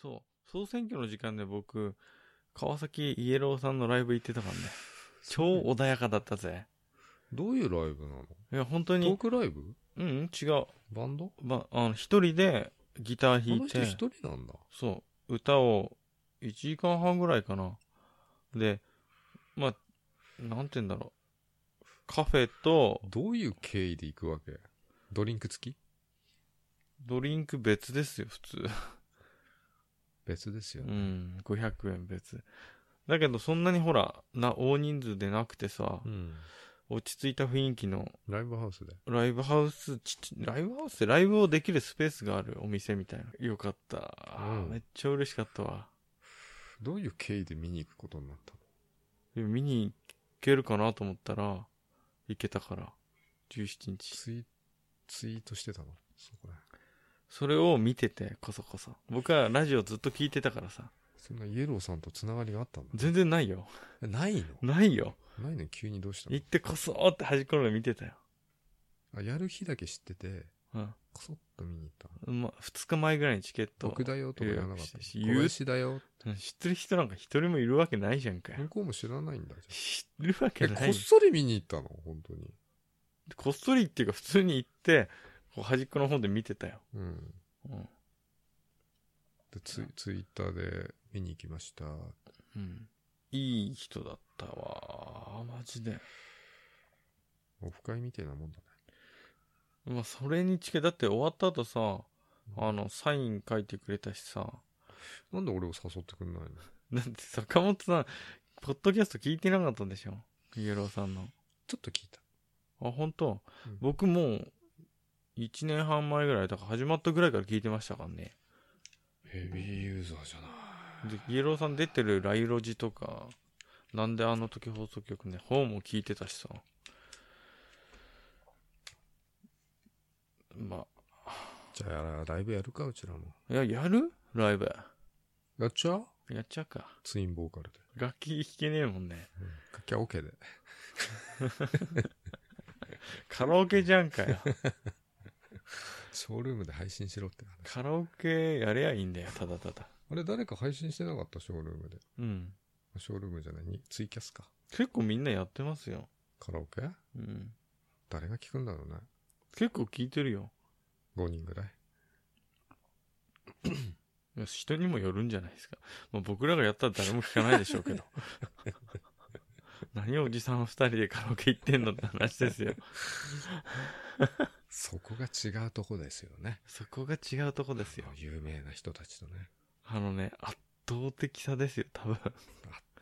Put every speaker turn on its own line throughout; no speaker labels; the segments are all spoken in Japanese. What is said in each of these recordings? そう。総選挙の時間で僕、川崎イエローさんのライブ行ってたからね。超穏やかだったぜ。
どういうライブなの
いや、本当
トー
に、
クライブ
うん、違う。
バンド
ば、あの、一人でギター
あ
弾
の
い
人
て、
一人なんだ。
そう、歌を1時間半ぐらいかな。で、まあ、なんて言うんだろう。カフェと
どういう経緯で行くわけドリンク付き
ドリンク別ですよ、普通。
別ですよ
う
ね。
ん、500円別。だけど、そんなにほら、な、大人数でなくてさ
う、ん。
落ち着いた雰囲気の
ライブハウスで。
ライブハウス、ちちライブハウスでライブをできるスペースがあるお店みたいな。よかった。
うん
めっちゃ嬉しかったわ。
どういう経緯で見に行くことになったの
で見に行けるかなと思ったら、行けたから。17日。
ツイ、ツイートしてたのそこら辺
それを見てて、こそこそ。僕はラジオずっと聞いてたからさ。
そんなイエローさんとつながりがあったんだ。
全然ないよ。
えないの
ないよ。
ないのに急にどうしたの
行ってこそーって端っこので見てたよ。
あ、やる日だけ知ってて、
うん。
こそっと見に行ったの。
ま、2日前ぐらいにチケット。
僕だよとか言わなかったの。
いや
小林だよ。
うん知ってる人なんか一人もいるわけないじゃんかよ。
向こうも知らないんだじゃん。
知るわけ
え、
な
こっ
い。
そり見に行ったの本当に。
こっそりっていうか普通に行って、こう端っこの方で見てたよ。
うん。
うん。
でツイツイッターで見に行きました。
うん。いい人だったわ。マジで。
オフ会みたいなもんだね。
まあ、それに近い。だって終わった後さ、あの、サイン書いてくれたしさ。
なんで俺を誘ってくんないの
だって坂本さん、ポッドキャスト聞いてなかったでしょイエローさんの。
ちょっと聞いた。
あ、本当、
うん
僕もう、1年半前ぐらい、だから始まったぐらいから聞いてましたからね。
ヘビーユーザーじゃない。
で、イエローさん出てるライロジとか、なんであの時放送局ね、本も聞いてたしさ。ま
じゃあやら、ライブやるか、うちらも。
あ、いや、やるライブ。
やっちゃう
やっちゃうか。
ツインボーカルで。
楽器弾けねえもんね。
かきゃオケで。
カラオケじゃんかよ。
ショールームで配信しろって話。
カラオケやれやいいんだよ、ただただ。
あれ、誰か配信してなかった、ショールームで。
うん。
ショールームじゃない、にツイキャスか。
結構みんなやってますよ。
カラオケ
うん。
誰が聞くんだろうね。
結構聞いてるよ。
5人ぐらい。
いや人にもよるんじゃないですか。まあ、僕らがやったら誰も聞かないでしょう けど。何おじさん二人でカラオケ行ってんのって話ですよ。
そこが違うとこですよね。
そこが違うとこですよ。
有名な人たちとね。
あのね、圧倒的さですよ、多分。
圧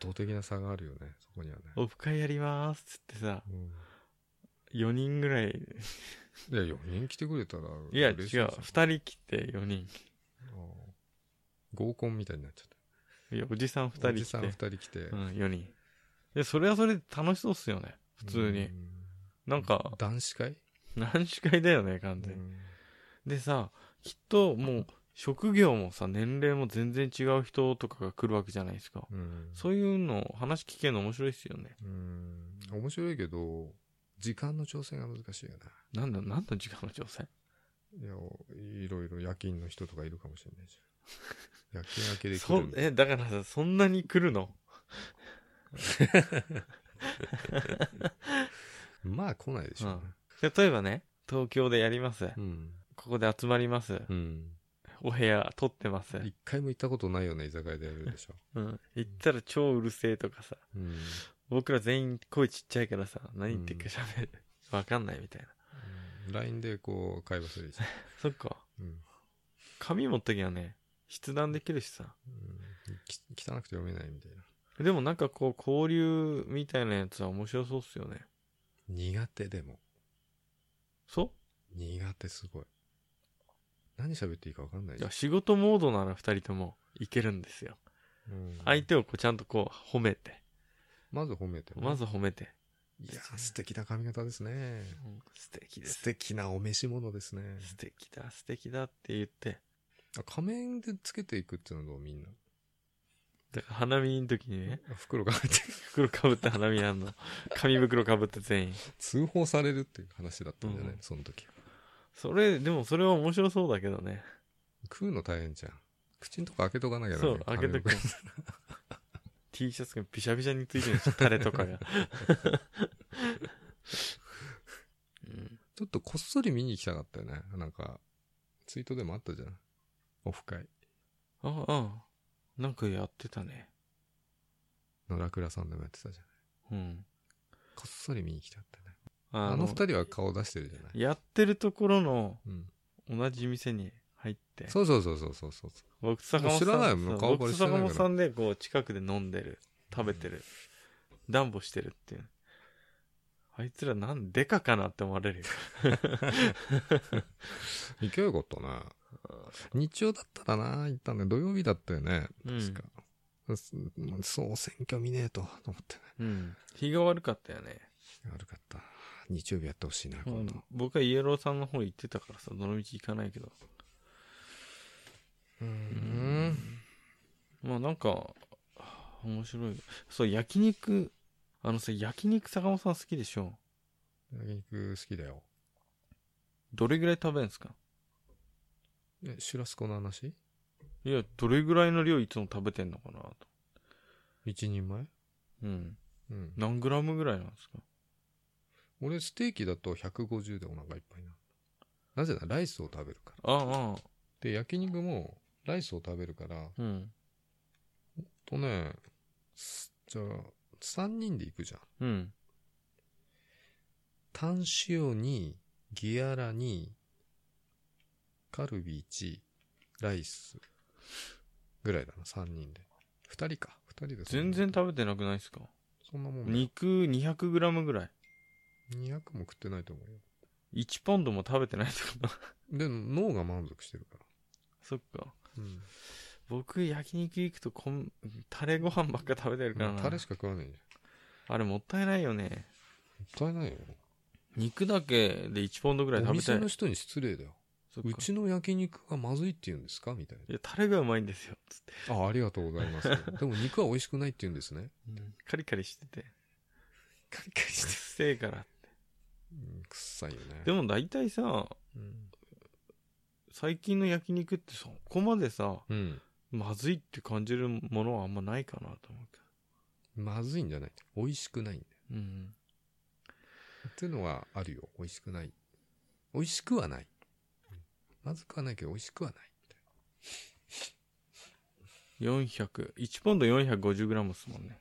倒的な差があるよね、そこにはね。
オフ会やりまーすっつってさ、
うん
4人ぐらい。
いや、4人来てくれたら
いや、違う。
嬉し
2
ですよ
人来て4人。
うん合コンみたいになっちゃっ
いや、おじさん2人
た。おじさん2
来て。
人来て。
うん、4人。で、それはそれで楽しそうっすよね。普通
う
に。
ん
なんか、
男子会
男子会だよね、完全に。でさ、きっともう職業もさ、年齢も全然違う人とかが来るわけじゃないですか。
うん
そういうの話聞けるの面白いですよね。
うん面白いけど、時間の調整が難しいよね。
なんだ、なんだ時間の調整
いや、いろいろ夜勤の人とかいるかもしれないじ ゃん。夜勤明けで来
そ
る、
うん
だ
え、だからさ、そんなに来るの
まあ来ないでしょうね。
例えばね、東京でやります。
うん。
ここで集まります。
うん。
お部屋取ってます。
一回も行ったことないような居酒屋でやるでしょ。
うん。行ったら超うるせえとかさ、
うん。うん
僕ら全員声ちっちゃいからさ、何言ってっか喋る。わかんないみたいな。
LINE でこう、会話する でしょ。
そっか。
うん。
紙持っときゃね、筆談できるしさ。
うんき汚くて読めないみたいな。
でもなんかこう交流みたいなやつは面白そうっすよね。
苦手でも。
そ
苦手すごい。何喋っていいか分かんないう
い
じゃ
や
ん。
仕事モードなら二人ともいけるんですよ。
うん
相手をこうちゃんとこう褒めて。
まず褒めて。
まず褒めて。
いや、素敵な髪型ですね。
素敵で
素
す。
敵なお召し物ですね。
素敵だ、素敵だって言って。
あ仮面でつけていくっていうのはどうみんな。
だから花見の時にね、
あ袋が入って
袋かぶって花見や んの。紙袋かぶって全員。
通報されるっていう話だったんじゃない、
うん
その時。
それ、でもそれは面白そうだけどね。
食うの大変じゃん。口んとこ開けとかなきゃ
そう、開けとく
か。。
T シャツがびしゃびしゃについてるんですよ、タレとか が。うん
ちょっとこっそり見に行きたかったよね。なんか、ツイートでもあったじゃん。オフ会。
ああ、なんかやってたね。
野良倉さんでもやってたじゃん。
うん。
こっそり見に来ちゃったね。
あ
あの二人は顔出してるじゃない。
やってるところの
うん。
同じ店に入って。
そうそうそうそうそうそう。
僕と坂本さん。
知らないも
そ
ん
う
顔バ
僕
レ
と
してない
坂
から
本さんで、こう、近くで飲んでる。食べてる。暖房してるっていう。あいつらなんでかかなって思われるよ。
行けばよかったな。日曜だったらな、行ったんだ土曜日だったよね。
うん
確か。そそう、選挙見ねえと、と思ってね。
うん。日が悪かったよね。
悪かった。日曜日やってほしいな、今度。
僕はイエローさんの方行ってたからさ、どの道行かないけど。
うー
ん
ん。
まあなんか、面白い。そう、焼肉、あのさ、焼肉坂本さん好きでしょ
焼肉好きだよ。
どれぐらい食べるんですか
え、シュラスコの話
いや、どれぐらいの量いつも食べてんのかなと。
一人前
うん。
うん。
何グラムぐらいなんですか
俺、ステーキだと150でお腹いっぱいになる。なぜならライスを食べるから。
ああ、ああ
で、焼肉もライスを食べるから、
うん。
とね、すじゃあ、3人で行くじゃん。
うん。
タン塩に、ギアラに、カルビ1、ライス、ぐらいだな、3人で。2人か、2人で。
全然食べてなくないですか
そんなもんだよ。
肉200グラムぐらい。
200も食ってないと思うよ。
1ポンドも食べてないってこと
で、脳が満足してるから。
そっか。
うん。
僕、焼肉行くとこん、タレご飯ばっか食べてるからな。
タレしか食わないじ
あれもったいないよね。
ゃん。もったいないよ。
肉だけで1ポンドぐらい
お
食べた
店
い
の。人に失礼だよ。
そっか
うちの焼肉がまずいって言うんですかみたい
いや、タレがうまいんですよ。つって。
な。あ、ありがとうございます。でも肉は美味しくないって言うんで すね。
カリカリして て。
カリカリ
くっ。せえから。
うん、くっさいよね。
でも大体さ、
うん
最近の焼肉ってそこまでさ、
うん。
まずいって感じるものはあんまないかなと思うけ
まずいんじゃない。美味しくないんだよ。
ど。うん。
っていうのはあるよ。美味しくない。美味しくはない。まずくはないけど美味しくはない。
400。1ポンド 450g ですもんね。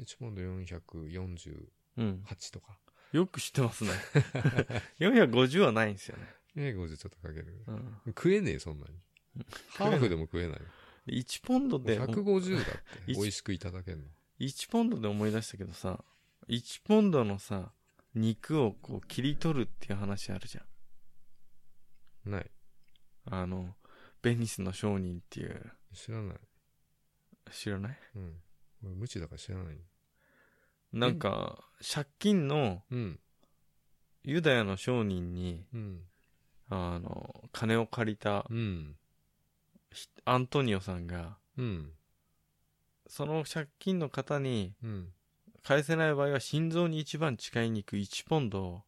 1ポンド448
うん。
とか。
よく知ってますね。450はないんですよね。
450ちょっとかける。
うん。
食えねえ、そんなに。ハーフでも食えない。
1ポンドで、
150だって、
一
美味しくいただけるの。
1ポンドで思い出したけどさ、1ポンドのさ、肉をこう切り取るっていう話あるじゃん。
ない。
あの、ベニスの商人っていう、
知らない。
知らない
うん。俺無知だから知らない。
なんか、借金の
うん。
ユダヤの商人に、
うん。
あの、金を借りた
うん。
ひアントニオさんが、
うん。
その借金の方に
うん。
返せない場合は心臓に一番近い肉1ポンドを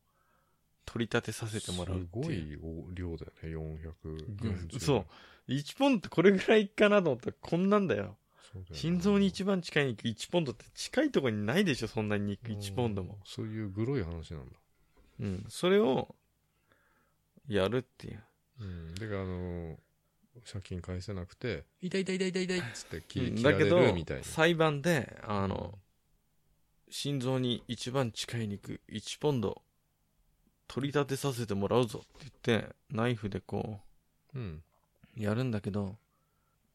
取り立てさせてもらうっ
す
て
ご
いう。
い量だよね、
うん
440。
そう。1ポンドってこれぐらいかなと思ったらこんなんだよ。
そうだよな
心臓に一番近い肉1ポンドって近いところにないでしょ、そんなに肉1ポンドも
うん。そういうグロい話なんだ。
うん。それを、やるっていう。
うん。で、あのー、借金返せなくて、痛い痛い痛い痛い痛いっつって切
う
り
ん
切ら
だ
れ
けど
るみたいな。
裁判であの、心臓に一番近い肉1ポンド取り立てさせてもらうぞって言ってナイフでこ
うん。
うやるんだけど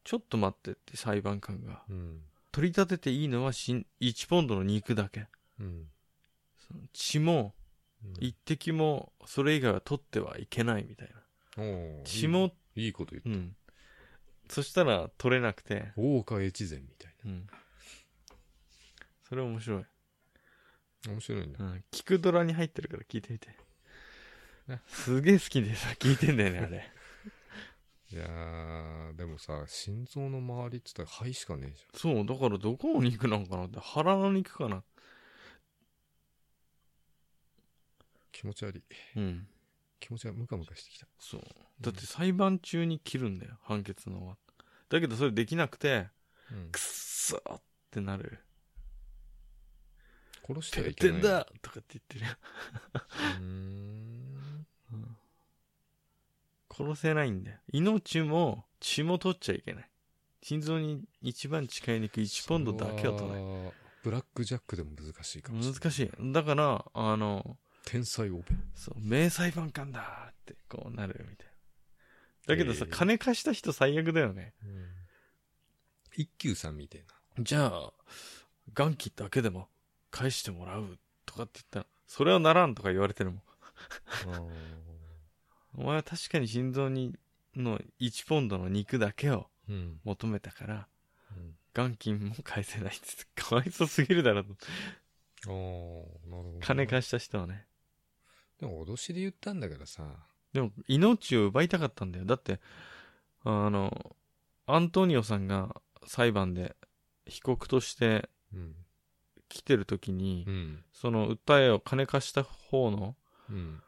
ちょっと待ってって裁判官が
うん。
取り立てていいのはしん1ポンドの肉だけ
うん。
その血も
うん
一滴もそれ以外は取ってはいけないみたいな
おー
血も
いいこと言っ
う
た。
んそしたら取れなくて
大岡越前みたい
うんそれ面白い
な。面白いね
う。ん、聞くドラに入ってるから聞いてみて
ね。
すげえ好きでさ、聞いてんだよね、あれ。
いやー、でもさ、心臓の周りって言ったら肺しかねえじ
そう、だからどこの肉なんかなって、腹の肉かな。
ゃん。気持ち悪い。
うん。
気持ちがムカムカしてきた。
そう。だって裁判中に切るんだよ、判決の終わった。だけどそれできなくて、
うん
くっそーってなる。
殺してはい
停
けない。
電だとかって言ってる。
うーん。
殺せないんだよ。命も血も取っちゃいけない。心臓に一番近い肉1ポンドだけは取らない。
い。ブラックジャックでも難しいかもしれない。
難しい。だから、あの、
天才オペ。
そう、名裁判官だーってこうなるみたいな。だけどさ、
えー
金貸した人最悪だよね。
一休さんみたいな。
じゃあ、元気だけでも返してもらうとかって言ったら、それはならんとか言われてるもん。お前は確かに心臓に、の1ポンドの肉だけを
うん。
求めたから、元金も返せないっつって、かわいそうすぎるだろと。
ああ、なるほど。
金。貸した人はね。
でも脅しで言ったんだからさ。
でも、命を奪いたかったんだよ。だって、あの、アントニオさんが裁判で被告として
うん。
来てる時に、
うん。
その訴えを金貸した方の、
うん。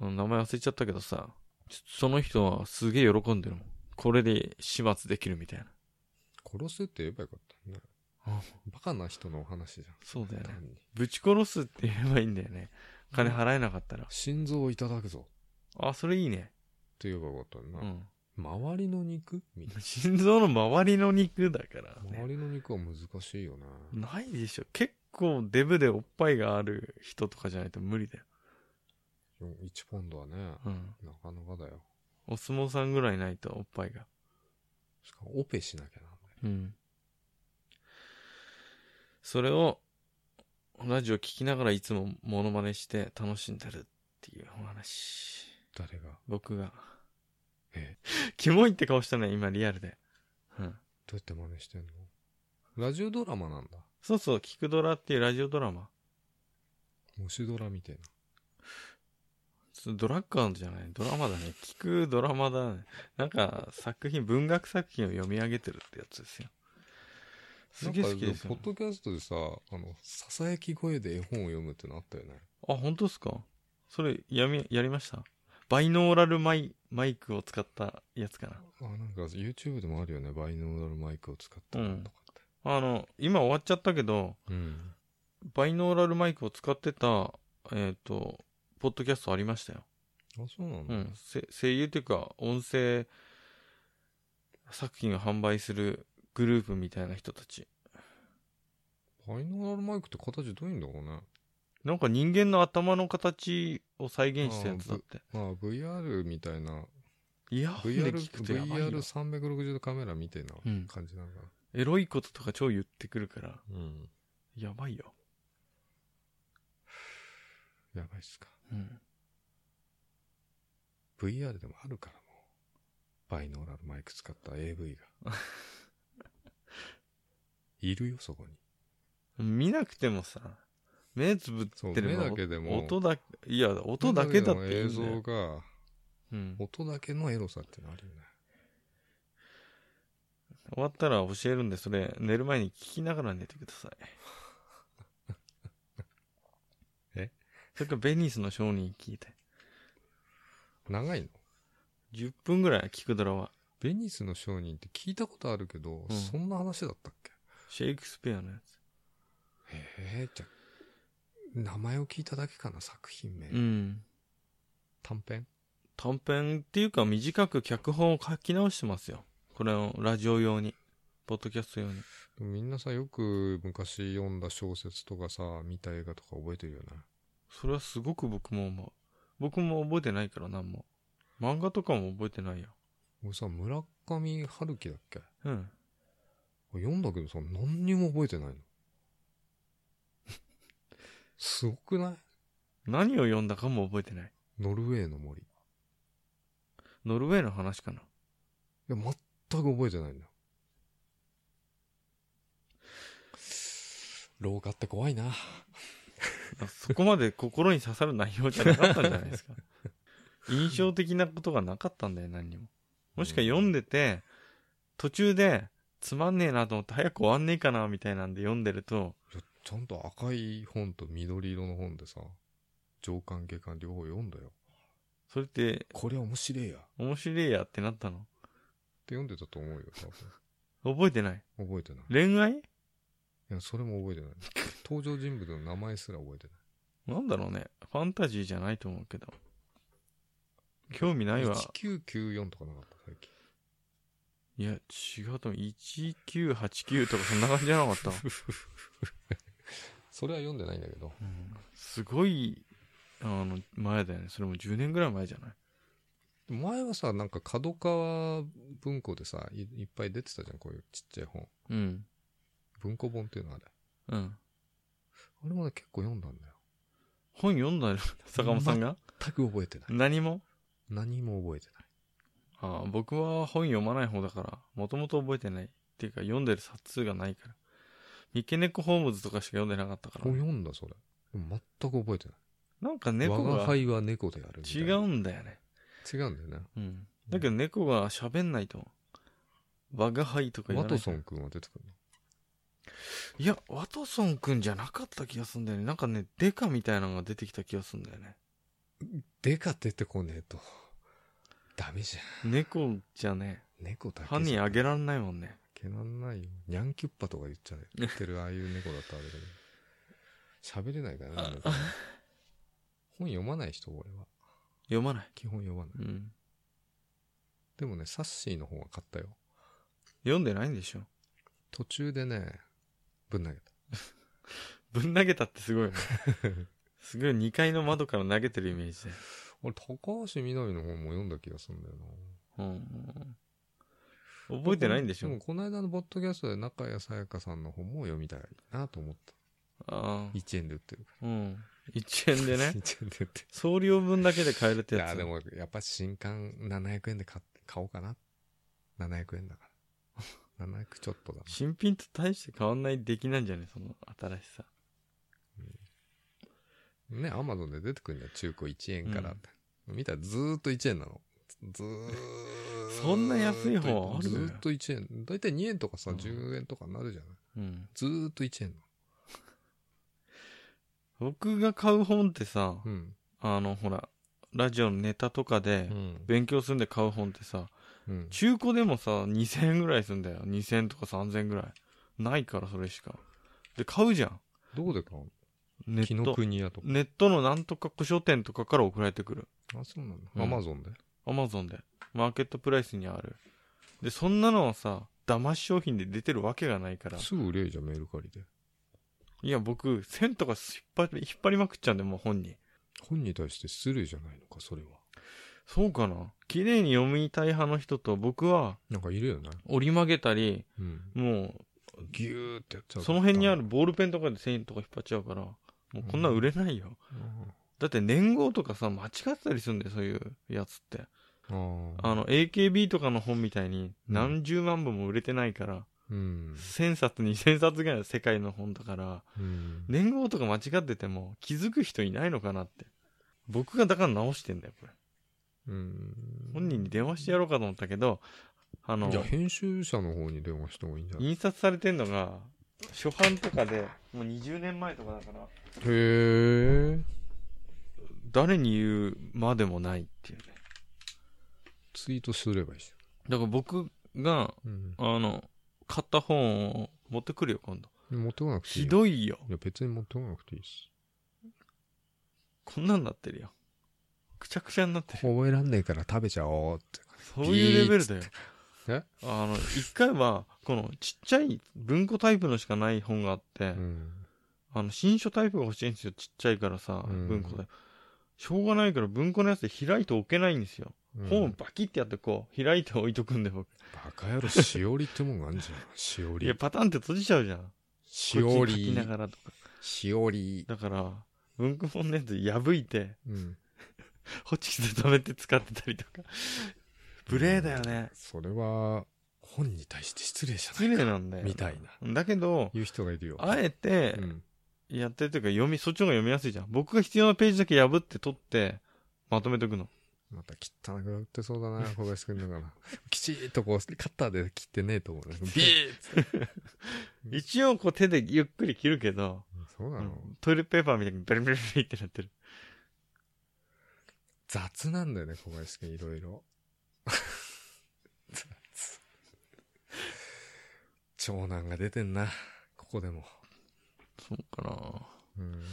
うん名前忘れちゃったけどさ、ちょその人はすげえ喜んでるもん。これで始末できるみたいな。
殺すって言えばよかったね。バカな人のお話じゃん。
そうだよね
単。に
ぶち殺すって言えばいいんだよね。金払えなかったら。
心臓をいただくぞ。
あ、それいいね。
って言えばよかった
う
な。
ん。
周りの肉みたい
心臓の周りの肉だから、
な。
ね
周。りの肉は難しいよな。
ないでしょ。結構デブでおっぱいがある人とかじゃないと無理だよ。
1ポンドはね、
うん。
なかなかだよ。
お相撲さんぐらいないとおっぱいが。
しかもオペしなきゃなんだよ。
うん。それを、ラジオ聞きながらいつもモノマネして楽しんでるっていうお話。
誰が
僕が。
え
キモいって顔したね、今リアルで。うん。
どうやって真似してんのラジオドラマなんだ。
そうそう、聞くドラっていうラジオドラマ。
もしドラみたいな。
そうドラッカーじゃない、ドラマだね。聞くドラマだね。なんか、作品、文学作品を読み上げてるってやつですよ。すげえ好きです
な
よ
んか。ポッドキャストでさ、あの、ささやき声で絵本を読むってのあったよね。
あ、本当ですかそれ、やみ、やりましたバイノーラルマイ、マイクを使ったやつかな。
あ、なんか YouTube でもあるよね。バイノーラルマイクを使った
うん
とかって。
あの、今終わっちゃったけど、
うん。
バイノーラルマイクを使ってた、えっ、と、ポッドキャストありましたよ。
あ、そうなん
う
だ。
ん。せ声優というか、音声作品を販売するグループみたいな人たち。
バイノーラルマイクって形どういうんだろうね。
なんか人間の頭の形を再現したやつだって。
まあ VR みたいな、
イヤホン
VR、
で聞くとやばいよ
VR360 度カメラみたいな
うん
感じなのか
エロいこととか超言ってくるから、
な。うん。
やばいよ。
やばいっすか。
うん。
VR でもあるからもう。バイノーラルマイク使った AV が。いるよ、そこに。
見なくてもさ、目つぶっ
そう、
てれ
目
ば
だけでも。
音だ、いや、音だけだっていい
映
んだ
像
よ。
が、
うん。終
音だけのエロさってのあるよね。
わったら教えるんで、それ、寝る前に聞きながら寝てください。
え
それからベニスの商人聞いて。
長いの
10分ぐらい聞くドラは。
ベニスの商人って聞いたことあるけど、
うん
そんな話だったっけ
シェイクスピアのや
へえ、じゃあ、名前を聞いただけかな、作品名。
つ。うん。
短編
短編っていうか短く脚本を書き直してますよ。これをラジオ用に。ポッドキャスト用に。
でもみんなさ、よく昔読んだ小説とかさ、見た映画とか覚えてるよね。
それはすごく僕も思う。僕も覚えてないから何も。漫画とかも覚えてないよ。
俺さ、村上春樹だっけ
うん。
読んだけどさ、何にも覚えてないの。 すごくない
何を読んだかも覚えてない。
ノルウェーの森。い
ノルウェーの話かな。
や、全く覚えてないんだよ。廊下って怖いな。
あそこまで心に刺さる内容じゃなかったんじゃない ですか。印象的なことがなかったんだよ、何にも。もしか読んでて、途中で、つまんねえなと思って早く終わんねえかな、みたいなんで読んでると、
いやちゃんと赤い本と緑色の本でさ、上巻下巻両方読んだよ。
それって
これ面白いや。っ
面白えやってなったの。
って読んでたと思うよ、多
覚えてない。
分。覚えてない。
恋愛
いや、それも覚えてない。登場人物の名前すら覚えてな
な
い。
んだろうね。ファンタジーじゃないと思うけど。興味ないわ。
1994とかなかった、最近。
いや、違うと思う。1989とかそんな感じじゃなかった。
それは読んでないんだけど。
うんすごい、あの、前だよね。それも10年ぐらい前じゃない
前はさ、なんか角川文庫でさ、いいっぱい出てたじゃん、こういうちっちゃい本。
うん。
文庫本っていうのはあれ。
うん。
あれもね、結構読んだんだよ。
本読ん だよ、坂本さんが
全く覚えてない。
何も
何も覚えてない。
ああ僕は本読まない方だから、もともと覚えてない。っていうか、読んでる冊数がないから。三毛猫ホームズとかしか読んでなかったか
これ
ら。
読んだ、それ。でも全く覚えてない。
なんか猫
我が
が
輩は猫であるみた
違
いな。
うんだよね。
違うんだよね。
うん。だけど猫が喋んないと。我が輩とか言
ワ
わない
トソン君は出てくるの
いや、ワトソンくんじゃなかった気がすんだよね。なんかね、デカみたいなのが出てきた気がすんだよね。
デカ出てこねえと。ダメじゃ
猫じゃね、
ん。猫だけじゃ。
歯にあげらんないもんね。
けなんないよ。にゃんきゅっぱとか言っちゃう。言ってるああいう猫だったらあれだけど。喋れないからね。猫ね本読まない人、俺は。
読まない。
基本読まない。
うん。
でもね、サッシーの方は買ったよ。
読んでないんでしょ。
途中でね、ぶん投げた。
ぶん投げたってすごい よね。すごい2階の窓から投げてるイメージで。
俺、高橋みなみの本も読んだ気がするんだよな。
うん。覚えてないんでしょ
もこの間のボッドキャストで中谷さやかさんの本も読みたいなと思った。
あ
1円で売ってるか
あ。うん。1円で
ら。。
ね
1円で 売ってる。
送料分だけで買えるって
い
やつ。
や、でもやっぱ新刊700円で買って買おうかな。700円だから。700ちょっ とだな。
新品と大して変わんない出来なんじゃねその新しさ。
ね、アマゾンで出てくるんだよ、中古1円からって。見たらずーっと1円なの。ずー
そんな安い本ある
ずーっと1円。だいたい2円とかさ、
うん
10円とかになるじゃない。
うん。
ずーっと1円
僕が買う本ってさ、
なの。うん。
あの、ほら、ラジオのネタとかで
う、ん。
勉強するんで買う本ってさ、
うん。
中古でもさ、2000円ぐらいするんだよ。2000円とか3000円ぐらい。ないから、それしか。で、買うじゃん。
どこで買うの
ネ
紀
ッ
ノ
ト。
国屋とか。
ネットのなんとか古書店とかから送られてくる。
あ、そうなん
うん
だ。アマゾンで。
アマゾンで。マーケットプライスにある。で、そんなのはさ、騙し商品で出てるわけがないから。
すぐ売れるじゃん、メルカリで。
いや、僕、1000とか引っ張り、引っ張りまくっちゃうんで、もう本に。
本に対して失礼じゃないのか、それは。
そうかな綺麗に読みたい派の人と、僕は
なんかいるよね。
折り曲げたり、
うん。
も
ぎゅーってやっちゃ
う、
う。
その辺にある。ボールペンとかで1000円とか引っ張っちゃうから、もうこんなん売れないよ。
うん
だって年号とかさ、間違ってたりするんだよ、そういうやつって。
ああ。
あの、AKB とかの本みたいに
うん
何十万部も売れてないから、
うん。
1000冊、2000冊ぐらいの世界の本だから、
うん。
年号とか間違ってても気づく人いないのかなって。僕がだから直してんだよ、これ。
うん。
本人に電話してやろうかと思ったけど、あの
じゃ、あ編集者の方に電話した方がいいんじゃない
印刷されてんのが、初版とかで、もう20年前とかだから、
へえ。
誰に言うまでもないっていうね。
ツイートすればいいじ
だから僕が、
ゃん。
あの、買った本を持ってくるよ、今度。
うん。持ってこなくていい。
ひ
い。
どいよ。
いや、別に持ってこなくていいし。
こんなんなってるよ。くちゃくちゃになってる。
覚えらんねえから食べちゃおうって。
そういうレベルだよ。
え
あの、一回は、このちっちゃい文庫タイプのしかない本があって、
うん。
あの、新書タイプが欲しいんですよ。ちっちゃいからさ、
うん
文庫で。しょうがないから文庫のやつで開いておけないんですよ。
うん
本をバキってやってこう、開いて置いとくんで僕。
バカ野郎、しおりってもんがあんじゃん。しお
いや、
り。
パタンって閉じちゃうじゃん。
しお
こっちに書き
り
な。がらとか。
しおり。
だから、文庫本のやつ破いて、
うん。
ホチキスで止めて使ってたりとか。無礼だよね。
それは、本に対して失礼じゃない
失礼なんだよ。
みたいな。
だけど、
言う人がいるよ。
あえて
う、ん。
やってるというか、読み、そっちの方が読みやすいじゃん。僕が必要なページだけ破って取って、まとめておくの。
また汚く売ってそうだな、 小林くんだから。きちっとこう、カッターで切ってねえと思うね。ビーッう ん
一応、こう手でゆっくり切るけど、
そうなの、
トイレットペーパーみたいにベルベルベルってなってる。
雑なんだよね、小林くん、いろいろ。雑。長男が出てんな。ここでも。
そうかな。は
うん。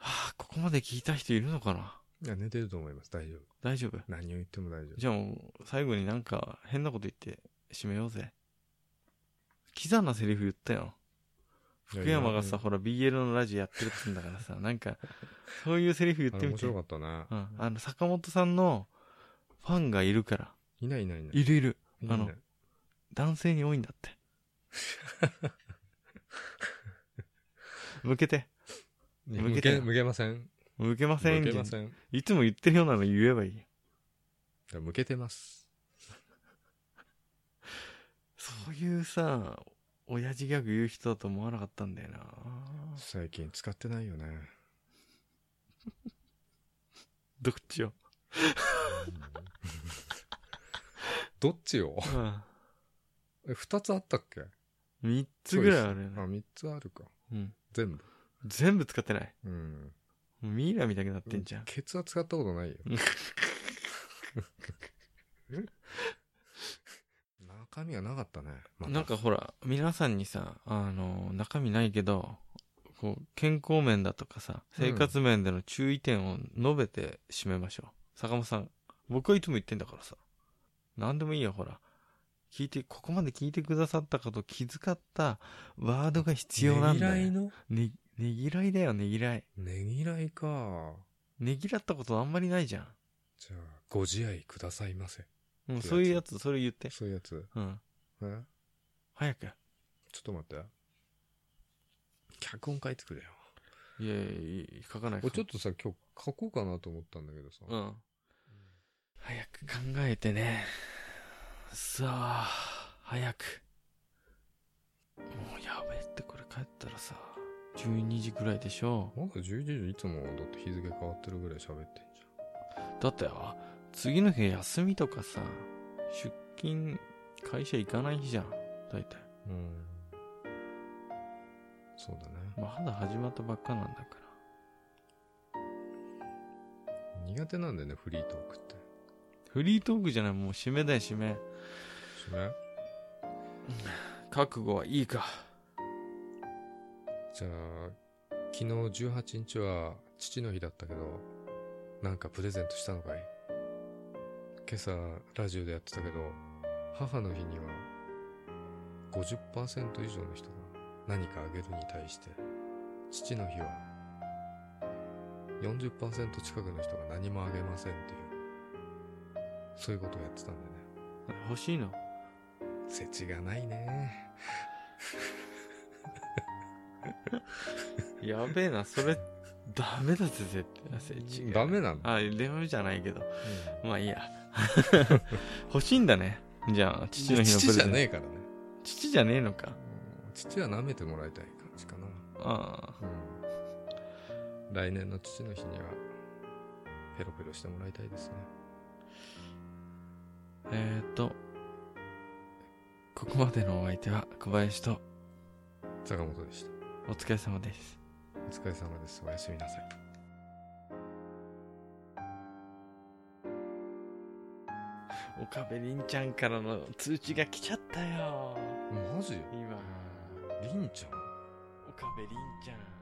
あ、ここまで聞いた人いるのかない
や、寝てると思います。大丈夫。
大丈夫
何を言っても大丈夫。
じゃあもう、最後になんか変なこと言って締めようぜ。キザなセリフ言ったよ。福山がさ、ほら BL のラジオやってるっつうんだから さ、なんか、そういうセリフ言
あ
って
れ
み
面
て。
白かったな
う。ん。あの、坂本さんのファンがいるから。
いないいないいない。
いるいる。
いないいない
あの男性に多いんだ って。向けて。
向
向け
け、
よ
向けません。
向けません。
向けません。
いつも言ってるようなの言えばいいよ。
じゃあ向けてます。
そういうさ、親父ギャグ言う人だと思わなかったんだよな。
最近使ってないよね。
どっちよ。
どっちを
うん。
え、二つあったっけ
3つぐらいあるよ
あ、
ね。
三つあるか。
うん。
全部。
全部使ってない。
うん。
もうミイラみたいになってんじゃん。
ケツは使ったことない よ。中身がなかったね。また
なんか、ほら、皆さんにさ、あの、中身ないけど、こう、健康面だとかさ、
うん
生活面での注意点を述べて締めましょう。坂本さん、僕はいつも言ってんだからさ。なんでもいいよ、ほら。聞いて、ここまで聞いてくださったかと気遣ったワードが必要なんだ
ねぎらい
よ。
の
ね、ねぎらいだよ、ねぎらい。
ねぎらいか。
ねぎらったことあんまりないじゃん。
じゃあ、ご自愛くださいませ。
うん、そういうやつ、それ言って。
そういうやつ。
うん。
え
早く。
ちょっと待って。脚本書いてくれよ。
いやいやいや、書かない
俺ちょっ
と。
とさ、今日書こうかなと思ったんだけどさ。
うん。早く考えてね。さあ、早く。もうやべえってこれ帰ったらさ、12時くらいでしょ。
まだ11時いつもだって日付変わってるぐらい喋ってんじ
だってよ、次の日休みとかさ、出勤、会社行かない日じゃん。大体。
ゃん。うん。そうだね。
まだ始まったばっかなんだから。
苦手なんだよね、フリートークって。
フリートークじゃない、もう締めだよ、締め。
それ
覚悟はいいか。
じゃあ、昨日18日は父の日だったけど、なんかプレゼントしたのかい今朝ラジオでやってたけど、母の日には50%以上の人が何かあげるに対して、父の日は40%近くの人が何もあげませんっていう、そういうことをやってたんだよね。
欲しいの
世知がないね。
やべえな、それ、ダメだぜ、絶対。
ダメなの
あ、でもじゃないけど。まあいいや。 欲しいんだね。じゃあ、父の日のプレ
父じ
ゼ
ゃ
ント。
ねえからね。
父じゃねえのか。
父は舐めてもらいたい感じかな。
あ
うん。来年の父の日には、ペロペロしてもらいたいですね。
あ。えーと、ここまでのお相手は小林と
坂本でした。
お疲れ様です。
お疲れ様です。おやすみなさい。
岡部凛ちゃんからの通知が来ちゃったよ。
マジ
今、
りんちゃん
岡部凛ちゃん。